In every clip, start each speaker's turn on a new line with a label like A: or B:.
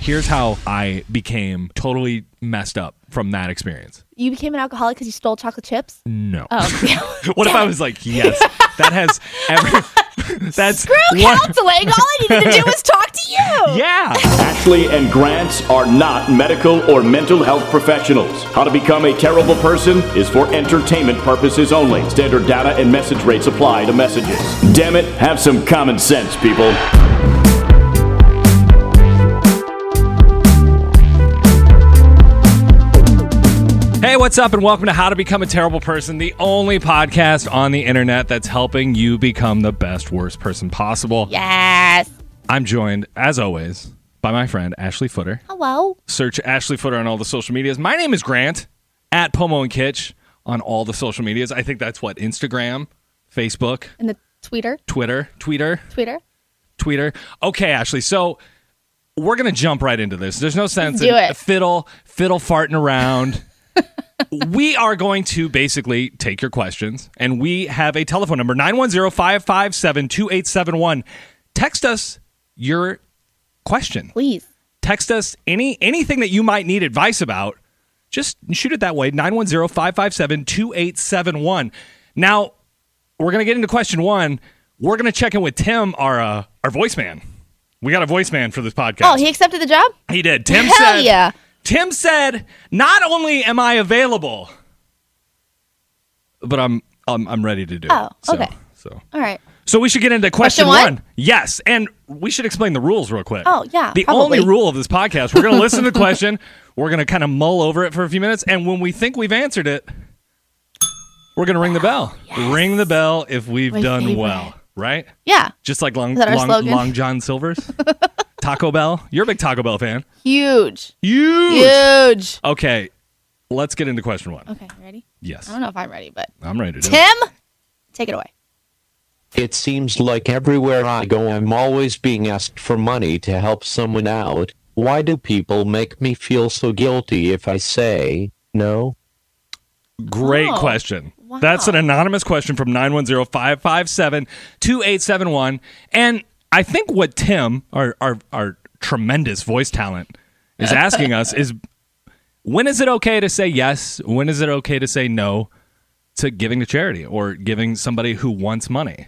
A: Here's how I became totally messed up from that experience.
B: You became an alcoholic because you stole chocolate chips?
A: No.
B: Oh.
A: what if I was like, yes, that has ever. that's
B: Screw
A: one-
B: counseling. All I needed to do was talk to you.
A: Yeah.
C: Ashley and Grants are not medical or mental health professionals. How to become a terrible person is for entertainment purposes only. Standard data and message rates apply to messages. Damn it, have some common sense, people.
A: Hey, what's up, and welcome to How to Become a Terrible Person, the only podcast on the internet that's helping you become the best, worst person possible.
B: Yes.
A: I'm joined, as always, by my friend Ashley Footer.
B: Hello.
A: Search Ashley Footer on all the social medias. My name is Grant at Pomo and Kitch on all the social medias. I think that's what Instagram, Facebook,
B: And the tweeter,
A: Twitter, Twitter,
B: tweeter.
A: Twitter. Okay, Ashley. So we're gonna jump right into this. There's no sense
B: Do
A: in
B: it.
A: fiddle fiddle farting around. we are going to basically take your questions, and we have a telephone number 910-557-2871. Text us your question.
B: Please.
A: Text us any anything that you might need advice about. Just shoot it that way 910-557-2871. Now, we're going to get into question 1. We're going to check in with Tim our uh, our voice man. We got a voice man for this podcast.
B: Oh, he accepted the job?
A: He did. Tim
B: Hell
A: said,
B: yeah.
A: Tim said, not only am I available, but I'm I'm, I'm ready to do
B: Oh,
A: it. So-
B: okay.
A: So,
B: All right.
A: so we should get into question,
B: Question one?
A: Yes, and we should explain the rules real quick.
B: Oh, yeah,
A: The
B: probably.
A: only rule of this podcast, we're going to listen to the question, we're going to kind of mull over it for a few minutes, and when we think we've answered it, we're going to ring the bell. Ring the bell if we've
B: My
A: done
B: favorite.
A: well, right?
B: Yeah.
A: Just like long
B: Is that our
A: long,
B: slogan?
A: long John Silver's. Taco Bell. You're a big Taco Bell fan.
B: Huge.
A: Huge.
B: Huge.
A: Okay, let's get into question one.
B: Okay, ready?
A: Yes,
B: I don't know if I'm ready, but
A: I'm ready to do it.
B: Tim, take it away.
D: It seems like everywhere I go, I'm always being asked for money to help someone out. Why do people make me feel so guilty if I say no?
A: Great
B: Oh,
A: question. That's an anonymous question from 910-557-2871. And I think what Tim, our our, our tremendous voice talent, is asking us is when is it okay to say yes? When is it okay to say no to giving to charity or giving somebody who wants money?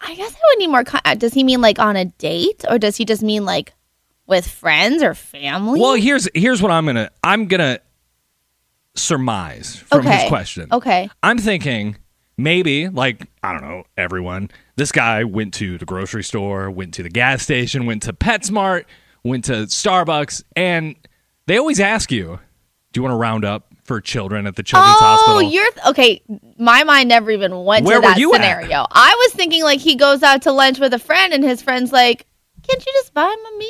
B: I guess I would need more. Con- uh, does he mean like on a date or does he just mean like with friends or family?
A: Well, here's here's what I'm gonna I'm gonna surmise from
B: okay.
A: his question.
B: Okay.
A: I'm thinking maybe like I don't know everyone. This guy went to the grocery store, went to the gas station, went to PetSmart, went to Starbucks, and they always ask you, "Do you want to round up for children at the children's
B: Oh,
A: hospital?"
B: you're th- okay. My mind never even went
A: Where
B: to
A: were
B: that
A: you at?
B: scenario. I was thinking like he goes out to lunch with a friend and his friend's like, "Can't you just buy him a meal?"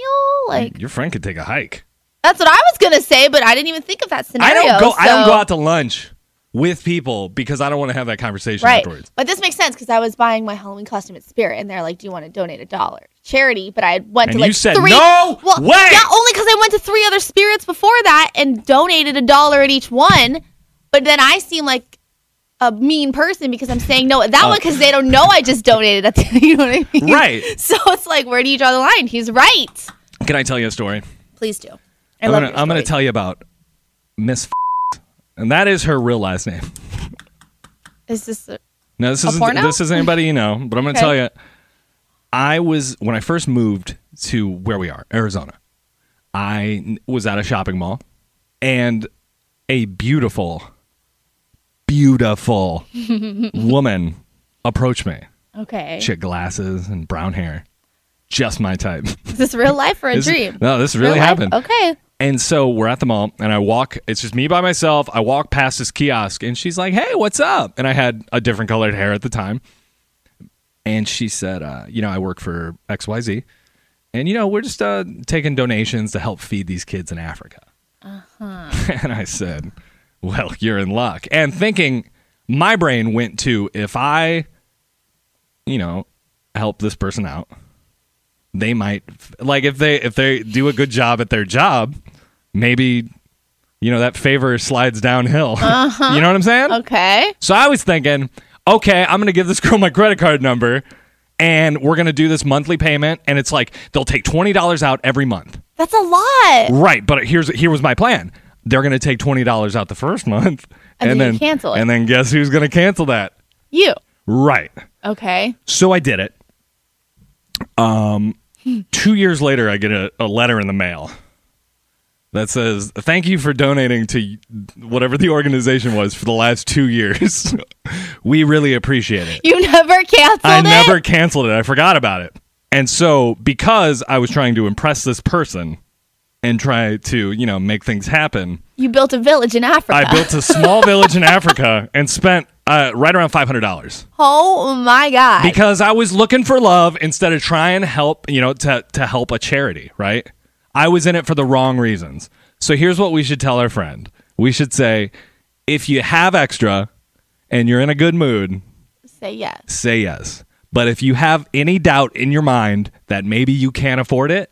B: Like
A: Your friend could take a hike.
B: that's what I was gonna say, but I didn't even think of that
A: I
B: scenario.
A: don't go. I don't
B: so-
A: go out to lunch with people because I don't want to have that conversation
B: right.
A: afterwards.
B: But this makes sense because I was buying my Halloween costume at Spirit, and they're like, "Do you want to donate a dollar charity?" But I went
A: And
B: to
A: you
B: like
A: said,
B: three.
A: "No
B: well,
A: way!"
B: Yeah, only because I went to three other Spirits before that and donated a dollar at each one. But then I seem like a mean person because I'm saying no at that one because they don't know I just donated. At the, you know what I mean?
A: Uh. Right.
B: So it's like, where do you draw the line? He's right.
A: Can I tell you a story?
B: Please do. I
A: I'm
B: love
A: gonna,
B: your
A: I'm gonna
B: story.
A: tell you about Miss, and that is her real last name.
B: Is this a-
A: No, this
B: A
A: isn't
B: porno?
A: this isn't anybody you know, but I'm gonna
B: Okay.
A: tell you. I was when I first moved to where we are, Arizona. I n- was at a shopping mall and a beautiful, beautiful woman approached me.
B: Okay.
A: She had glasses and brown hair. Just my type.
B: Is this real life or a
A: This-
B: dream?
A: no, this really
B: Real life?
A: happened.
B: Okay.
A: And so we're at the mall, and I walk. It's just me by myself. I walk past this kiosk, and she's like, "Hey, what's up?" And I had a different colored hair at the time, and she said, uh, "You know, I work for X Y Z, and you know, we're just uh, taking donations to help feed these kids in Africa." Uh-huh. and I said, "Well, you're in luck." And thinking, my brain went to if I, you know, help this person out, they might like if they if they do a good job at their job, maybe you know that favor slides downhill. you know what I'm saying?
B: Okay.
A: So I was thinking, okay, I'm gonna give this girl my credit card number, and we're gonna do this monthly payment, and it's like they'll take twenty dollars out every month.
B: That's a lot.
A: Right, but here's here was my plan. They're gonna take twenty dollars out the first month,
B: And then you cancel it.
A: and then guess who's gonna cancel that?
B: You.
A: Right.
B: Okay.
A: So I did it. Um, two years later, I get a, a letter in the mail that says, "Thank you for donating to whatever the organization was for the last two years. we really appreciate it."
B: You never canceled
A: I
B: it?
A: never canceled it. I forgot about it. And so, because I was trying to impress this person and try to, you know, make things happen,
B: You built a village in Africa.
A: I built a small village in Africa and spent uh, right around five hundred dollars.
B: oh my God.
A: because I was looking for love instead of trying to help, you know, to to help a charity, right? I was in it for the wrong reasons. So here's what we should tell our friend. We should say if you have extra and you're in a good mood,
B: Say yes.
A: say yes. But if you have any doubt in your mind that maybe you can't afford it,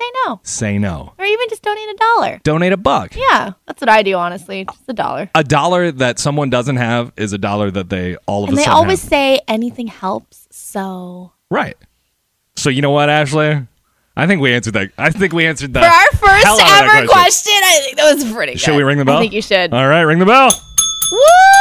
B: Say no.
A: say no.
B: Or even just donate a dollar.
A: Donate a buck.
B: Yeah. That's what I do, honestly. Just a dollar.
A: A dollar that someone doesn't have is a dollar that they all of
B: And
A: a
B: they
A: sudden
B: always
A: have.
B: say anything helps. So
A: Right. So you know what, Ashley? I think we answered that. I think we answered that.
B: for our first
A: Uh, hell out of that
B: ever question. I think that was pretty good.
A: Should we ring the bell? Uh.
B: I think you should.
A: All right, ring the bell.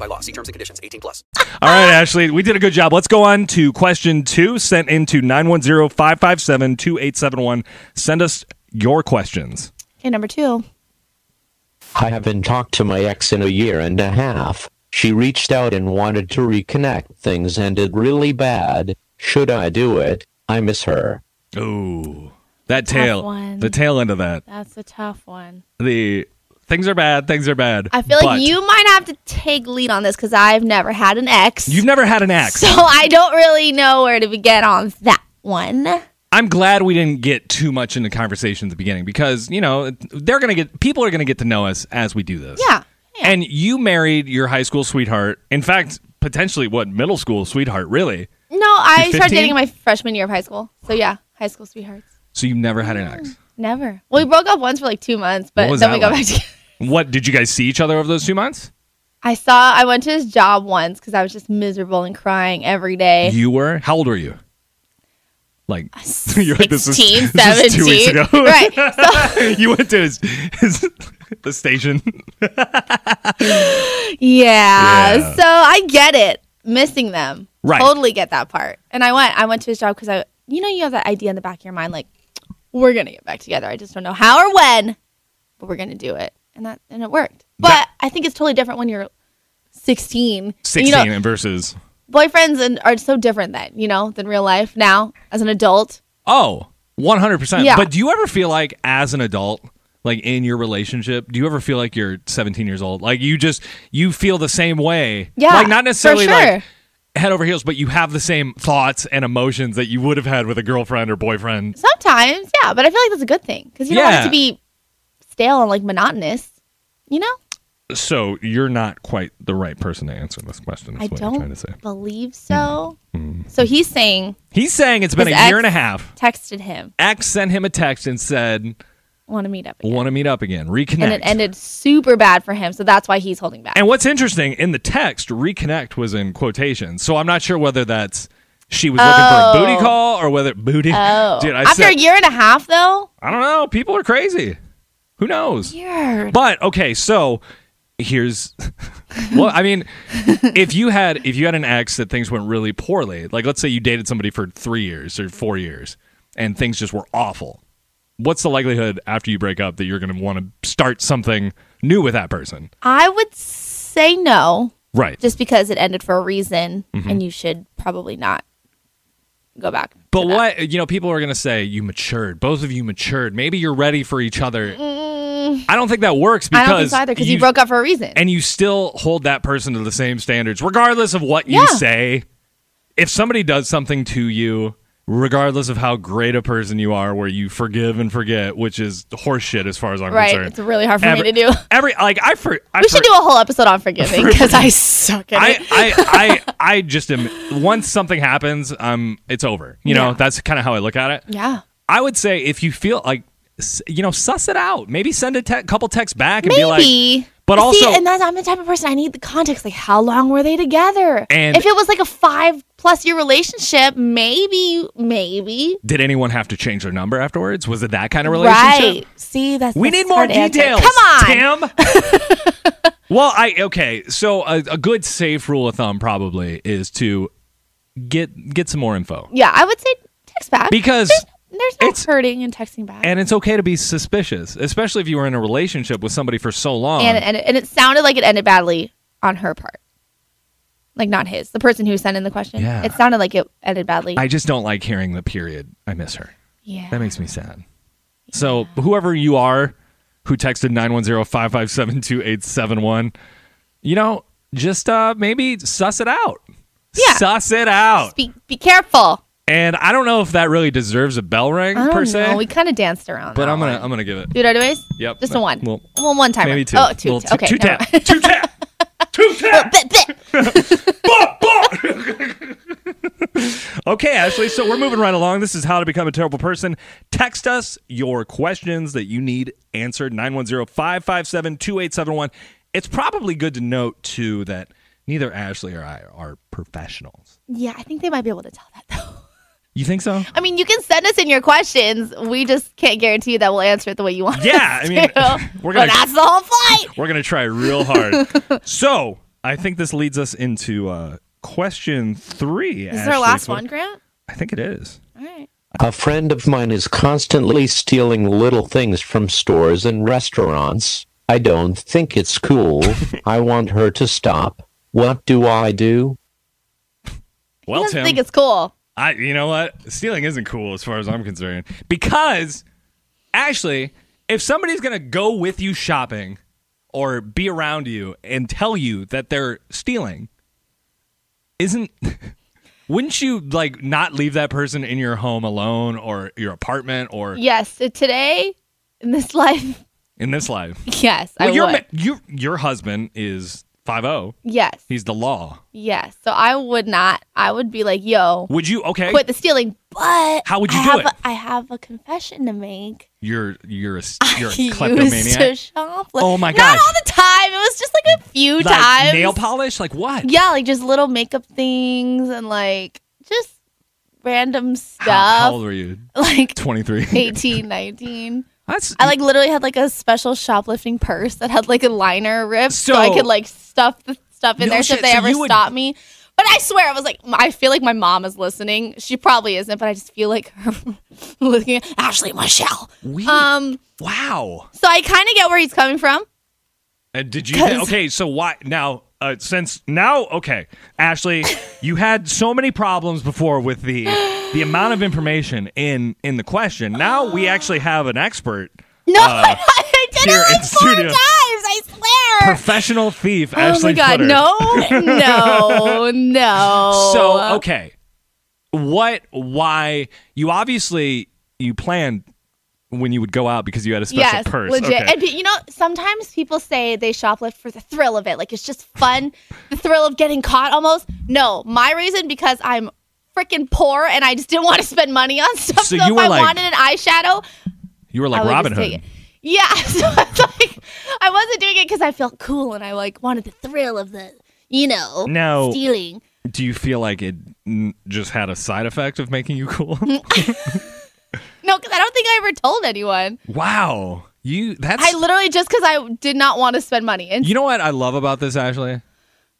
A: All right,
B: Uh,
A: Ashley, we did a good job. Let's go on to question two, sent in to 910 557 2871. Send us your questions.
B: Okay, number two.
D: I haven't talked to my ex in a year and a half. She reached out and wanted to reconnect. Things ended really bad. Should I do it? I miss her.
A: Ooh, that tail,
B: one.
A: the tail end of that.
B: That's a tough one.
A: The things are bad, things are bad.
B: I feel
A: But
B: like you might have to take lead on this because I've never had an ex.
A: You've never had an ex.
B: so I don't really know where to begin on that one.
A: I'm glad we didn't get too much into conversation at the beginning because, you know, they're going to get, people are going to get to know us as we do this.
B: Yeah. yeah.
A: And you married your high school sweetheart. In fact, potentially what middle school sweetheart, really.
B: no, I
A: You're
B: started
A: 15?
B: dating my freshman year of high school. So yeah, high school sweethearts.
A: So you've never had an
B: Mm.
A: ex.
B: Never. Well, we broke up once for like two months, but
A: was
B: then
A: that
B: we got
A: like?
B: back together.
A: What did you guys see each other over those two months?
B: I saw. I went to his job once because I was just miserable and crying every day.
A: You were how old were you? Like you're like, this is-
B: 16,
A: this is two weeks
B: 17.
A: ago.
B: right. So,
A: you went to his, his the station.
B: yeah.
A: Yeah.
B: So I get it. Missing them.
A: Right.
B: Totally get that part. And I went. I went to his job because I, you know, you have that idea in the back of your mind, like we're gonna get back together. I just don't know how or when, but we're gonna do it. And that and it worked. But
A: That-
B: I think it's totally different when you're 16. And,
A: Sixteen
B: You know,
A: and versus
B: boyfriends and are so different then, you know, than real life now as an adult.
A: Oh, 100 percent.
B: Yeah.
A: But do you ever feel like as an adult, like in your relationship, do you ever feel like you're 17 years old? Like you just you feel the same way.
B: Yeah,
A: Like not
B: for
A: necessarily
B: sure.
A: like head over heels, but you have the same thoughts and emotions that you would have had with a girlfriend or boyfriend.
B: Sometimes, yeah, but I feel like that's a good thing because you don't want
A: Yeah.
B: it to be stale and like monotonous, you know?
A: So you're not quite the right person to answer this question. Is
B: I
A: what you're trying to say. Mm-hmm.
B: don't believe so. So he's saying
A: He's saying it's been
B: His
A: a year
B: ex-
A: and a half.
B: texted him,
A: X sent him a text and said,
B: want to meet up, again.
A: "Want to meet up again? Reconnect."
B: and it ended super bad for him. So that's why he's holding back.
A: And what's interesting in the text, reconnect was in quotations. So I'm not sure whether that's she was looking for a booty
B: Oh.
A: call or whether booty.
B: oh,
A: Dude, I
B: after
A: said,
B: a year and a half though,
A: I don't know. People are crazy. Who knows?
B: Weird.
A: But okay, so here's well, I mean, if you had if you had an ex that things went really poorly, like let's say you dated somebody for three years or four years, and things just were awful. What's the likelihood after you break up that you're going to want to start something new with that person?
B: I would say no,
A: Right.
B: just because it ended for a reason,
A: Mm-hmm.
B: and you should probably not go back. to
A: But
B: that.
A: what you know, people are going to say you matured. Both of you matured. Maybe you're ready for each other. I don't think that works
B: Mm. I
A: because
B: don't think so either because you, broke up for a reason.
A: and you still hold that person to the same standards, regardless of what you
B: Yeah.
A: say. If somebody does something to you, regardless of how great a person you are, where you forgive and forget, which is horseshit as far as I'm
B: right?
A: concerned.
B: It's really hard for
A: every,
B: me to do.
A: every like I for I
B: We
A: for-
B: should do a whole episode on forgiving because I suck at it.
A: I, I, I, I just am. Once something happens, um, it's over. You know, that's kind of how I look at it.
B: Yeah.
A: I would say if you feel like, s- you know, suss it out. Maybe send a te- couple texts back and be
B: Maybe.
A: like, but also,
B: See, and that's, I'm the type of person I need the context. Like, how long were they together?
A: And-
B: if it was like a five plus year relationship, maybe, maybe.
A: did anyone have to change their number afterwards? Was it that kind of relationship?
B: Right. See, that's
A: We
B: that's
A: need more
B: hard to answer.
A: details.
B: Come on.
A: Tim. well, I okay. So a, a good safe rule of thumb probably is to get get some more info
B: Yeah, I would say text back
A: because.
B: there's no
A: it's-
B: hurting and texting back.
A: And it's okay to be suspicious, especially if you were in a relationship with somebody for so long.
B: and, and, and it sounded like it ended badly on her part. Like, not his. The person who sent in the question.
A: Yeah.
B: It sounded like it ended badly.
A: I just don't like hearing the period. I miss her.
B: yeah.
A: That makes me sad. So, whoever you are who texted 910-557-2871, you know, just uh maybe suss it out.
B: Yeah.
A: Suss it out.
B: be, be careful.
A: And I don't know if that really deserves a bell ring
B: I don't
A: per se,
B: know. Oh, We kind of danced around.
A: but
B: that
A: I'm going
B: one.
A: to I'm going to give it.
B: Do it anyways?
A: Yep.
B: Just a one.
A: Well,
B: well, one time.
A: Maybe two.
B: Oh, two.
A: Little t-
B: two. okay.
A: Two
B: never
A: tap. Two tap. Two tap.
B: mind. Bit, bit.
A: Okay, Ashley. So we're moving right along. This is how to become a terrible person. Text us your questions that you need answered 910 557 2871. It's probably good to note, too, that neither Ashley or I are professionals.
B: Yeah, I think they might be able to tell that though.
A: You think so?
B: I mean, you can send us in your questions. We just can't guarantee that we'll answer it the way you want.
A: Yeah,
B: us
A: I mean,
B: to.
A: we're gonna-
B: But that's the whole point.
A: We're going to try real hard. so I think this leads us into uh, question three.
B: This is our
A: Ashley.
B: last one, Grant.
A: I think it is.
B: All right.
D: A friend of mine is constantly stealing little things from stores and restaurants. I don't think it's cool. I want her to stop. What do I do?
A: Well,
B: doesn't
A: Tim.
B: think it's cool.
A: I you know what? Stealing isn't cool as far as I'm concerned. Because actually, if somebody's gonna go with you shopping or be around you and tell you that they're stealing, isn't wouldn't you like not leave that person in your home alone or your apartment or
B: Yes. So today, in this life,
A: in this life?
B: yes, I
A: your
B: would.
A: ma- your your husband is five zero.
B: yes.
A: He's the law.
B: Yes. So I would not. I would be like, yo,
A: Would you okay?
B: quit the stealing. But
A: How would you
B: I
A: do
B: have
A: it?
B: A, I have a confession to make.
A: You're you're a you're a
B: He used to
A: kleptomaniac.
B: shoplift.
A: Oh my
B: Not
A: gosh.
B: all the time. It was just like a few
A: Like
B: times.
A: nail polish, like what?
B: Yeah, like just little makeup things and like just random stuff.
A: How, how old were you?
B: Like
A: 23.
B: 18, 19.
A: That's
B: I like literally had like a special shoplifting purse that had like a liner ripped so,
A: So-
B: I could like stuff the stuff in
A: No
B: there so if
A: shit,
B: they
A: so
B: ever
A: you would-
B: stopped me. But I swear I was like I feel like my mom is listening. She probably isn't, but I just feel like her looking at Ashley Michelle.
A: we,
B: Um
A: wow.
B: so I kind of get where he's coming from.
A: And did you thi- Okay, so why now uh, since now okay, Ashley, you had so many problems before with the the amount of information in in the question. Now we actually have an expert,
B: No,
A: Uh,
B: I did it
A: here in
B: like four
A: studio.
B: times. I swear.
A: professional thief
B: oh
A: Ashley
B: my god!
A: Footer.
B: No, no, no.
A: So, okay. What why you obviously you planned when you would go out because you had a special
B: yes,
A: purse.
B: legit.
A: Okay.
B: And pe- you know, sometimes people say they shoplift for the thrill of it, like it's just fun, the thrill of getting caught. Almost no, my reason because I'm freaking poor and I just didn't want to spend money on stuff.
A: So
B: So,
A: you
B: if
A: were
B: I
A: like-
B: wanted an eyeshadow,
A: you were like
B: I would
A: Robin
B: just take
A: Hood.
B: it. Yeah, so I was like, I wasn't doing it because I felt cool and I like wanted the thrill of the, you know,
A: Now-
B: stealing.
A: Do you feel like it mm, just had a side effect of making you cool?
B: No, because I don't think I ever told anyone.
A: wow, you that's
B: I literally just because I did not want to spend money and
A: You know what I love about this, Ashley?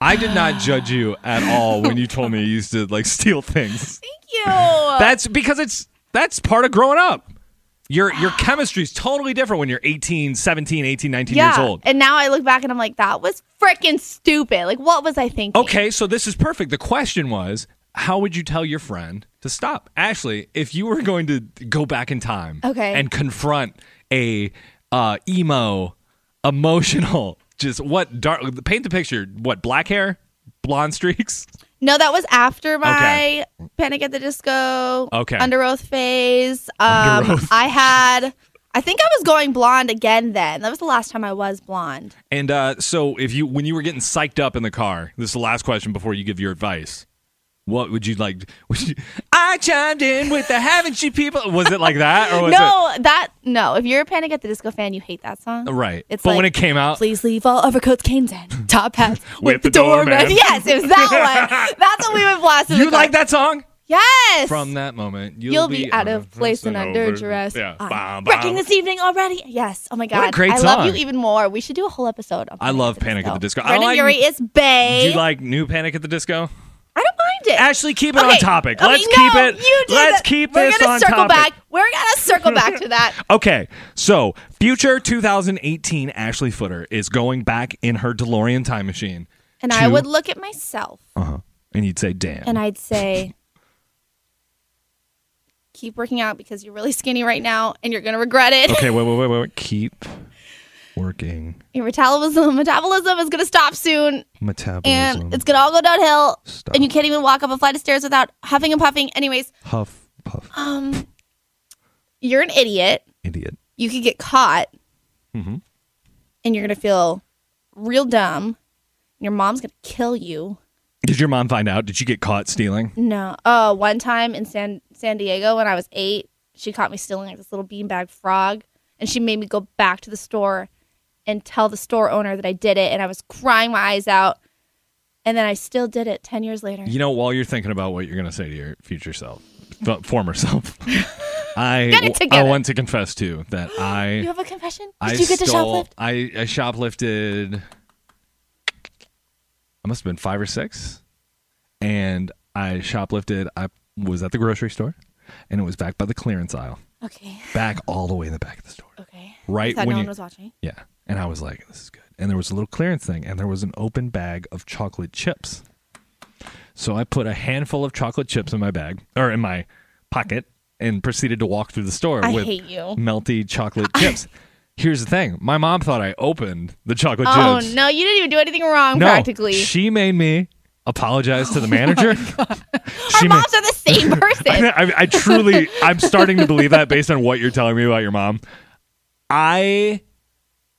A: I did not judge you at all when you told me you used to like steal things.
B: you. That
A: That's because it's that's part of growing up. Your your chemistry is totally different when you're 18, 17, 18, 19 years old.
B: And now I look back and I'm like, that was freaking stupid. Like, what was I thinking?
A: Okay, so this is perfect. The question was, how would you tell your friend to stop? Ashley, if you were going to go back in time
B: Okay.
A: and confront a uh, emo, emotional, just what dark paint the picture, what black hair, blonde streaks?
B: No, that was after my Panic at the Disco,
A: Okay.
B: Under Oath phase. Um,
A: Under Oath.
B: I had, I think I was going blonde again then. That was the last time I was blonde.
A: And uh, so, if you when you were getting psyched up in the car, this is the last question before you give your advice. What would you like? Would you, I chimed in with the haven't you people? Was it like that or was
B: no, that, no. If you're a Panic at the Disco fan, you hate that song.
A: it right?
B: It's
A: but
B: like,
A: when it came out,
B: Please leave all overcoats, canes, and top hats with,
A: the
B: the, doorman.
A: doorman.
B: Yes, it was that one. That's what we would blast. in the
A: you
B: car.
A: like that song?
B: Yes.
A: From that moment, you'll,
B: You'll be, out of place and under duress. Ah,
A: Yeah,
B: I'm
A: Bom, bom.
B: Wrecking this evening already? Yes. Oh my god.
A: a great
B: I love you
A: song.
B: even more. We should do a whole episode. Of
A: I love Panic at the Disco. I
B: Brendan
A: like-
B: Urie is
A: Do
B: bae.
A: you like new Panic at the Disco?
B: I don't mind it.
A: Ashley, keep it on
B: Eh, Okay,
A: topic.
B: okay,
A: Let's
B: no,
A: keep it.
B: You do
A: Let's
B: that.
A: keep
B: We're
A: this
B: gonna
A: on
B: circle
A: topic.
B: back. We're gonna circle back to that.
A: Okay, so future 2018 Ashley Footer is going back in her DeLorean time machine,
B: And I
A: Two.
B: would look at myself
A: and you'd say, "Damn."
B: and I'd say, "Keep working out because you're really skinny right now, and you're gonna regret it.
A: okay, wait, wait, wait, wait, wait. Keep working
B: Your metabolism metabolism is gonna stop soon,
A: metabolism.
B: and it's gonna all go downhill
A: Stop.
B: and you can't even walk up a flight of stairs without huffing and puffing anyways
A: huff puff.
B: um you're an idiot
A: Idiot.
B: you could get caught
A: Mhm.
B: and you're gonna feel real dumb and your mom's gonna kill you
A: Did your mom find out? Did you get caught stealing?
B: no oh one time in san san diego when i was eight she caught me stealing like this little beanbag frog and she made me go back to the store and tell the store owner that i did it and i was crying my eyes out and then i still did it 10 years later
A: You know, while you're thinking about what you're going to say to your future self, f- former self, I
B: Get it
A: I
B: together.
A: want to confess too that I
B: you have a confession did
A: I
B: you get
A: stole,
B: to shoplift
A: I, I shoplifted. I must have been five or six, and I shoplifted. I was at the grocery store, and it was back by the clearance aisle,
B: okay
A: back all the way in the back of the store,
B: Okay.
A: right
B: Thought
A: when
B: no
A: you,
B: one was watching.
A: yeah. And I was like, "This is good." And there was a little clearance thing, and there was an open bag of chocolate chips. So I put a handful of chocolate chips in my bag or in my pocket, and proceeded to walk through the store
B: I
A: with
B: hate you.
A: melty chocolate chips. Here's the thing: my mom thought I opened the chocolate
B: Oh
A: chips.
B: no, you didn't even do anything wrong
A: No,
B: practically. Oh
A: she made me apologize to the manager.
B: Our
A: she made-
B: moms are the same person.
A: I, I truly, I'm starting to believe that based on what you're telling me about your mom. I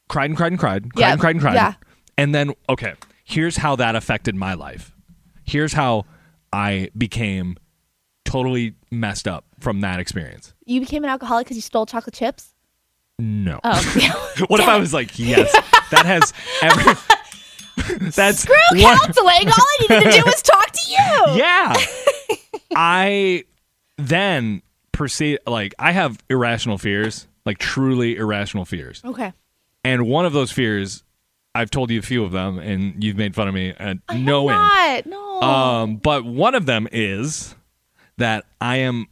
A: cried and cried and cried, cried
B: Yeah,
A: and cried and cried.
B: yeah.
A: And then, okay, here's how that affected my life. Here's how I became totally messed up from that experience.
B: you became an alcoholic because you stole chocolate chips.
A: No.
B: Oh,
A: what if I was like, yes, that has ever. that's
B: screw counseling. All I needed to do was talk to you.
A: Yeah. I then perceive like I have irrational fears, like truly irrational fears.
B: Okay.
A: And one of those fears, I've told you a few of them and you've made fun of me at
B: I
A: no
B: am
A: end.
B: not. No.
A: Um but one of them is that I am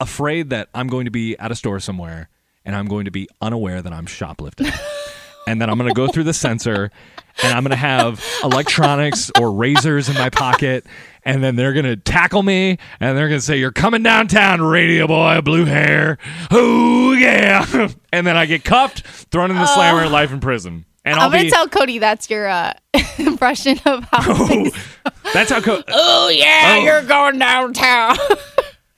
A: afraid that I'm going to be at a store somewhere and I'm going to be unaware that I'm shoplifting. and then I'm going to go through the sensor and I'm going to have electronics or razors in my pocket. And then they're going to tackle me and they're going to say, You're coming downtown, radio boy, blue hair. Ooh, yeah. and then I get cuffed, thrown in the slammer, and life in prison. And I'll
B: I'm gonna
A: be.
B: tell Cody Oh. that's your uh, impression of how.
A: that's how. Co-
B: oh yeah,
A: Oh.
B: you're going downtown.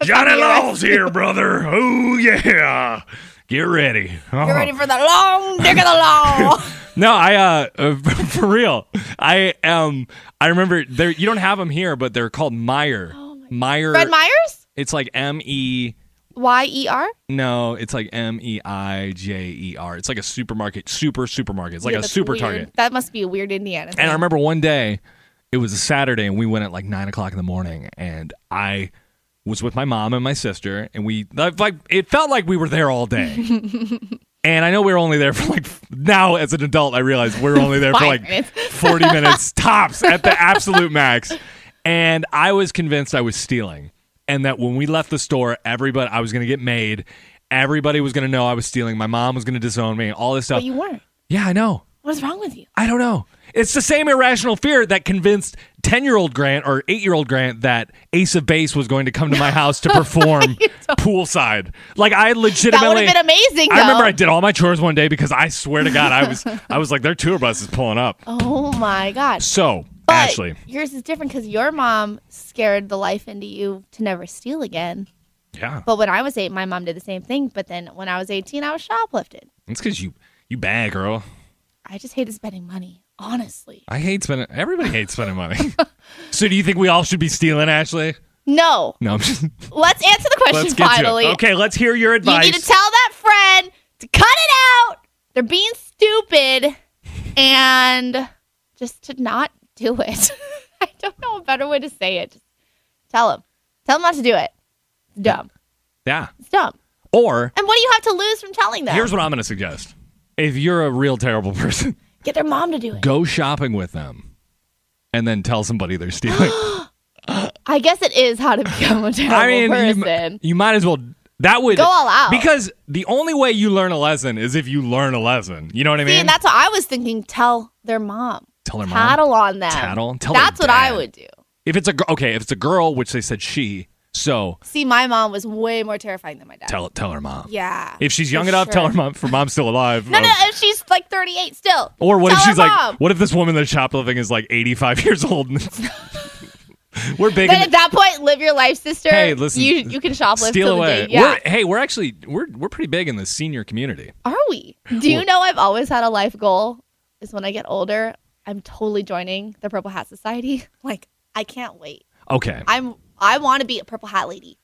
A: Johnny Law's here, brother. Oh yeah. Get ready. Uh-huh.
B: You're ready for the long dick of the law.
A: No, I uh, uh for real. I um I remember there you don't have them here, but they're called Meyer. Meyer.
B: Oh, Fred Myers?
A: It's like M E.
B: Y E R?
A: No, it's like M E I J E R. It's like a supermarket, super supermarket. It's like
B: Yeah,
A: a
B: that's
A: super
B: weird.
A: target.
B: That must be a weird Indiana.
A: And I remember one day, it was a Saturday, and we went at like nine o'clock in the morning, and I was with my mom and my sister, and we like like, it felt like we were there all day. and I know we were only there for like now as an adult, I realize we were only there for
B: Five
A: like
B: minutes.
A: forty minutes tops at the absolute max. And I was convinced I was stealing, and that when we left the store, everybody I was going to get made. Everybody was going to know I was stealing. My mom was going to disown me. All this stuff.
B: But you weren't.
A: yeah, I know.
B: What is wrong with you?
A: I don't know. It's the same irrational fear that convinced 10 year old Grant or 8 year old Grant that Ace of Base was going to come to my house to perform poolside. Like, I
B: That would
A: legitimately.
B: have been amazing, though.
A: I remember I did all my chores one day because I swear to God, I was I was like, their tour bus is pulling up.
B: Oh my God.
A: So,
B: But
A: Ashley.
B: yours is different because your mom scared the life into you to never steal again.
A: Yeah.
B: But when I was eight, my mom did the same thing. But then when I was 18, I was shoplifted.
A: It's because you, you bad, girl.
B: I just hated spending money, honestly.
A: I hate spending. Everybody hates spending money. so, do you think we all should be stealing, Ashley?
B: No.
A: No, I'm just.
B: Let's answer the question
A: Let's get
B: finally.
A: to it. Okay, let's hear your
B: You
A: advice.
B: need to tell that friend to cut it out. They're being stupid and just to not do it. I don't know a better way to say it. Just tell them. Tell them not to do it. It's dumb.
A: yeah.
B: It's dumb.
A: Or
B: And what do you have to lose from telling them?
A: Here's what I'm going to suggest. If you're a real terrible person,
B: Get their mom to do it.
A: go shopping with them and then tell somebody they're stealing.
B: I guess it is how to become a terrible
A: I mean, you,
B: person.
A: m- you might as well. That would
B: Go all out.
A: Because the only way you learn a lesson is if you learn a lesson. You know what I
B: See,
A: mean?
B: and that's what I was thinking. Tell their mom.
A: Tell their mom.
B: Tattle on them.
A: Tattle? Tell their
B: that's what I
A: dad.
B: would do.
A: if it's a gr- okay, if it's a girl, which they said she, so
B: See, my mom was way more terrifying than my dad.
A: tell tell her mom.
B: yeah.
A: If she's young
B: For
A: enough, tell
B: sure.
A: her mom. For mom's still alive.
B: No, no,
A: um,
B: if she's like 38 still.
A: Or what
B: Tell
A: if
B: her
A: she's
B: mom.
A: like? What if this woman that's shoplifting is like 85 years old? And we're big.
B: Then
A: in-
B: at that point, live your life, sister.
A: Hey, listen,
B: You, you can shoplift
A: steal
B: till
A: away.
B: the day. Yeah.
A: We're, hey, we're actually we're we're pretty big in the senior community.
B: Are we? Do you know I've always had a life goal is when I get older, I'm totally joining the Purple Hat Society. Like, I can't wait.
A: Okay, I,
B: I'm I want to be a purple hat lady.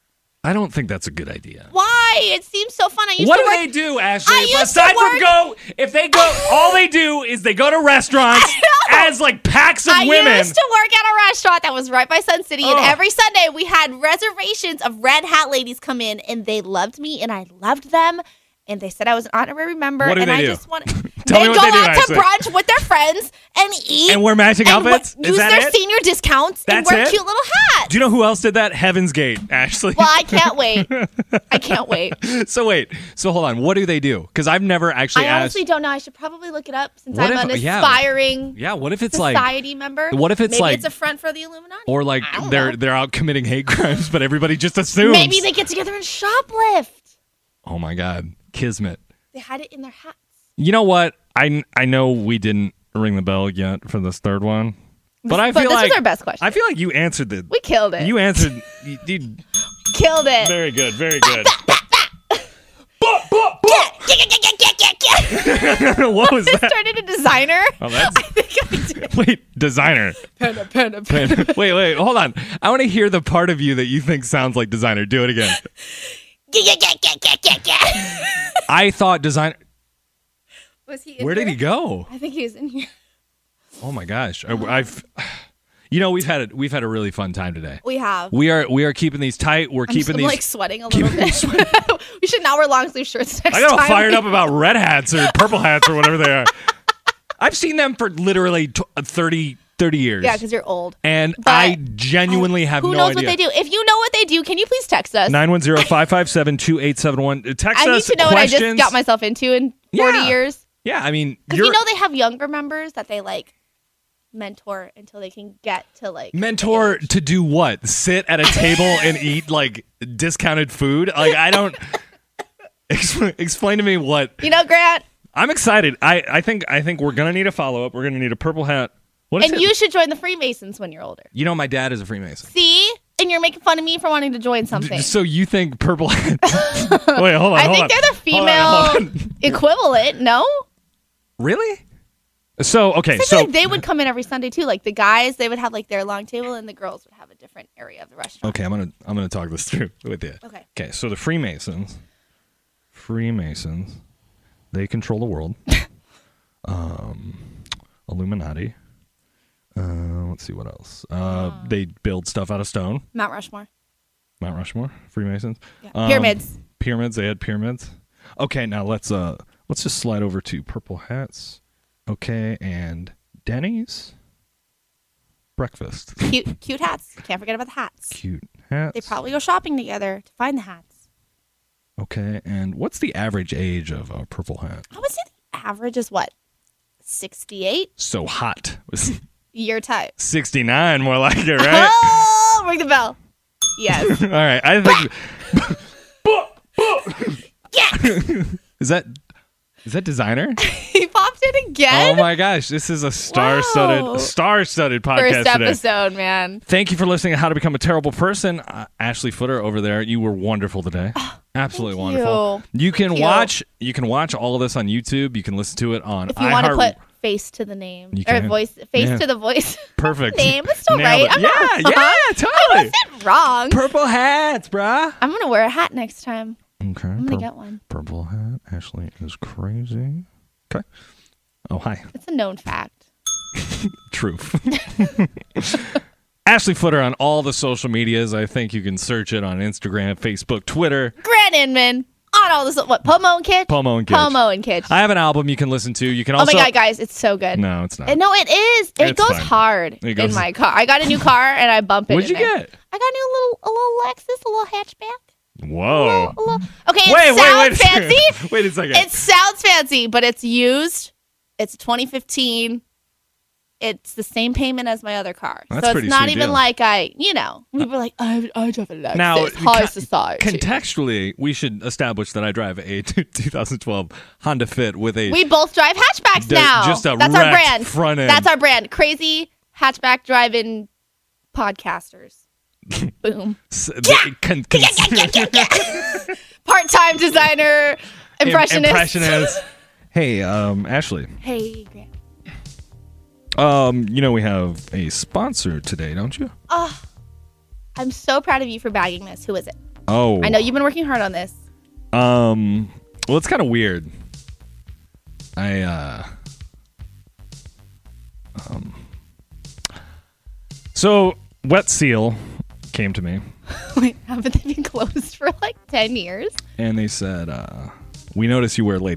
A: don't think that's a good idea.
B: Why? It seems so fun. I used
A: What
B: to
A: do
B: work
A: they do, Ashley?
B: I
A: if
B: used to
A: aside from
B: work-
A: go, if they go, all they do is they go to restaurants as like packs of
B: I
A: women. Oh.
B: used to work at a restaurant that was right by Sun City, and
A: Ugh.
B: every Sunday we had reservations of red hat ladies come in, and they loved me, and I loved them, and they said I was an honorary member,
A: What do
B: and
A: they
B: I
A: do?
B: just want.
A: Tell
B: they
A: me what
B: go
A: they do,
B: out to
A: Ashley.
B: brunch with their friends and eat
A: And wear matching
B: and wa-
A: outfits? Is
B: use
A: that
B: their
A: it?
B: senior discounts
A: That's
B: and wear
A: it?
B: cute little hats.
A: do you know who else did that? Heaven's Gate, Ashley.
B: Well, I can't wait. I can't wait.
A: so wait, so hold on. What do they do? Because I've never actually
B: I
A: asked.
B: honestly don't know. I should probably look it up since
A: What
B: I'm
A: if-
B: an
A: yeah.
B: aspiring
A: yeah, what if it's like,
B: society member.
A: what if it's
B: Maybe
A: like-
B: it's a front for the Illuminati?
A: or like
B: I don't
A: they're
B: know.
A: they're out committing hate crimes, but everybody just assumes.
B: Maybe they get together and shoplift.
A: oh my God, kismet.
B: They had it in their hats.
A: You know what? I I know we didn't ring the bell yet for this third one, but I
B: but
A: feel
B: this was
A: like
B: our best question.
A: I feel like you answered the.
B: We killed it.
A: You answered. You, you-
B: killed it.
A: very good. Very good.
B: Yeah, yeah, yeah, yeah, yeah, yeah, yeah.
A: what was that?
B: Turned into designer.
A: Oh, that's- wait, designer.
B: Panda, panda, panda.
A: wait, wait, hold on. I want to hear the part of you that you think sounds like designer. Do it again.
B: Yeah, yeah, yeah, yeah, yeah, yeah, yeah.
A: I thought designer.
B: Was he? In
A: Where did he
B: here?
A: go?
B: I think he was in here.
A: Oh my gosh. I, I've. You know we've had a, we've had a really fun time today.
B: We have.
A: We are we are keeping these tight. We're
B: I'm,
A: keeping
B: I'm
A: these.
B: like sweating a little bit. we should not wear long sleeve shirts next
A: I
B: time.
A: got all fired
B: we-
A: up about red hats or purple hats or whatever they are. I've seen them for literally t- 30, 30 years.
B: Yeah, because you're old.
A: and
B: But um,
A: I genuinely have
B: Who
A: no
B: knows
A: idea.
B: what they do? If you know what they do, can you please text us?
A: 910-557-2871. Uh, Text
B: I need
A: us
B: to know what I
A: questions.
B: just got myself into in 40
A: Yeah.
B: years.
A: Yeah, I mean,
B: Because
A: you're
B: you know they have younger members that they like mentor until they can get to like
A: mentor to do what? Sit at a table and eat like discounted food? Like I don't Expl- explain to me what
B: You know, Grant,
A: I'm excited. I I think I think we're going to need a follow up. We're going to need a purple hat. What is
B: and
A: it?
B: you should join the Freemasons when you're older.
A: you know my dad is a Freemason.
B: See, it and you're making fun of me for wanting to join something.
A: So you think purple? Wait, hold on. Hold
B: I think
A: on.
B: they're the
A: Hold
B: female
A: on, hold on.
B: equivalent. No,
A: Really? So okay,
B: I feel
A: so
B: like they would come in every Sunday too. Like the guys, they would have like their long table, and the girls would have a different area of the restaurant.
A: okay, I'm gonna I'm gonna talk this through with you.
B: Okay.
A: Okay, so the Freemasons, Freemasons, they control the world. um, Illuminati. Uh, let's see what else. Uh,
B: Um.
A: they build stuff out of stone.
B: Mount Rushmore,
A: Mount Rushmore, Freemasons,
B: yeah.
A: Um,
B: pyramids.
A: pyramids. They had pyramids. Okay, now let's uh let's just slide over to purple hats. Okay, and Denny's breakfast.
B: Cute, cute hats. Can't forget about the hats.
A: Cute hats.
B: They probably go shopping together to find the hats.
A: Okay, and what's the average age of a purple hat?
B: I would say the average is what, sixty-eight.
A: So hot was
B: Your type.
A: 69, more like it, right?
B: Oh, ring the bell. Yes.
A: All right, I think. is that is that designer?
B: he popped in
A: Oh
B: again.
A: my gosh, this is a star-studded
B: Wow.
A: star-studded podcast
B: First
A: today.
B: episode, man.
A: Thank you for listening to How to Become a Terrible Person. Uh, Ashley Footer over there, you were wonderful today. Absolutely
B: Oh, thank
A: wonderful. You, can
B: Thank you.
A: watch you can watch all of this on YouTube. You can listen to it on
B: If you want to
A: iHeart-
B: put face to the name
A: You
B: or
A: can.
B: voice, face
A: Yeah.
B: to the voice.
A: Perfect.
B: name. It's still
A: Nailed
B: right.
A: it.
B: I'm not
A: yeah,
B: wrong.
A: yeah,
B: I
A: totally.
B: wasn't wrong.
A: Purple hats, bruh.
B: I'm gonna wear a hat next time.
A: Okay.
B: I'm gonna get one.
A: Purple hat. Ashley is crazy. Okay. Oh, hi.
B: It's a known fact.
A: Truth. Ashley Footer on all the social medias. I think you can search it on Instagram, Facebook, Twitter.
B: Grant Inman on all this. What Pomo and Kitch?
A: Pomo and Kitch.
B: Pomo and Kitch.
A: I have an album you can listen to. You can
B: oh my
A: also.
B: god, guys, it's so good.
A: No, it's not.
B: And no, it is. It
A: It's
B: goes
A: fine.
B: hard
A: It goes-
B: in my car. I got a new car and I bump it.
A: What'd
B: in
A: you
B: there.
A: get?
B: I got a new little, a little Lexus, a little hatchback.
A: Whoa.
B: A little. Okay,
A: Wait,
B: it sounds
A: wait, wait.
B: fancy.
A: wait a second.
B: It sounds fancy, but it's used. It's 2015. It's the same payment as my other car,
A: That's
B: so it's
A: pretty
B: not
A: sweet
B: even
A: deal. Uh,
B: like I, you know, we were like, I, I drive a Lexus,
A: Now,
B: high
A: con-
B: society.
A: Contextually, we should establish that I drive a 2012 Honda Fit with a.
B: we both drive hatchbacks
A: D-
B: now.
A: just a
B: That's our
A: wrecked
B: brand.
A: front end.
B: That's our brand. Crazy hatchback driving podcasters. Boom.
A: s- the- con- con-
B: Part-time designer, impressionist.
A: impressionist. Hey, um, Ashley.
B: Hey, Grant.
A: Um, you know we have a sponsor today, don't you?
B: I'm so proud of you for bagging this. Who is it?
A: Oh,
B: I know you've been working hard on this.
A: Um, well, it's kind of weird. I uh, um, so Wet Seal came to me
B: Wait, haven't they been closed for like 10 years?
A: and they said, uh, "We notice you wear lady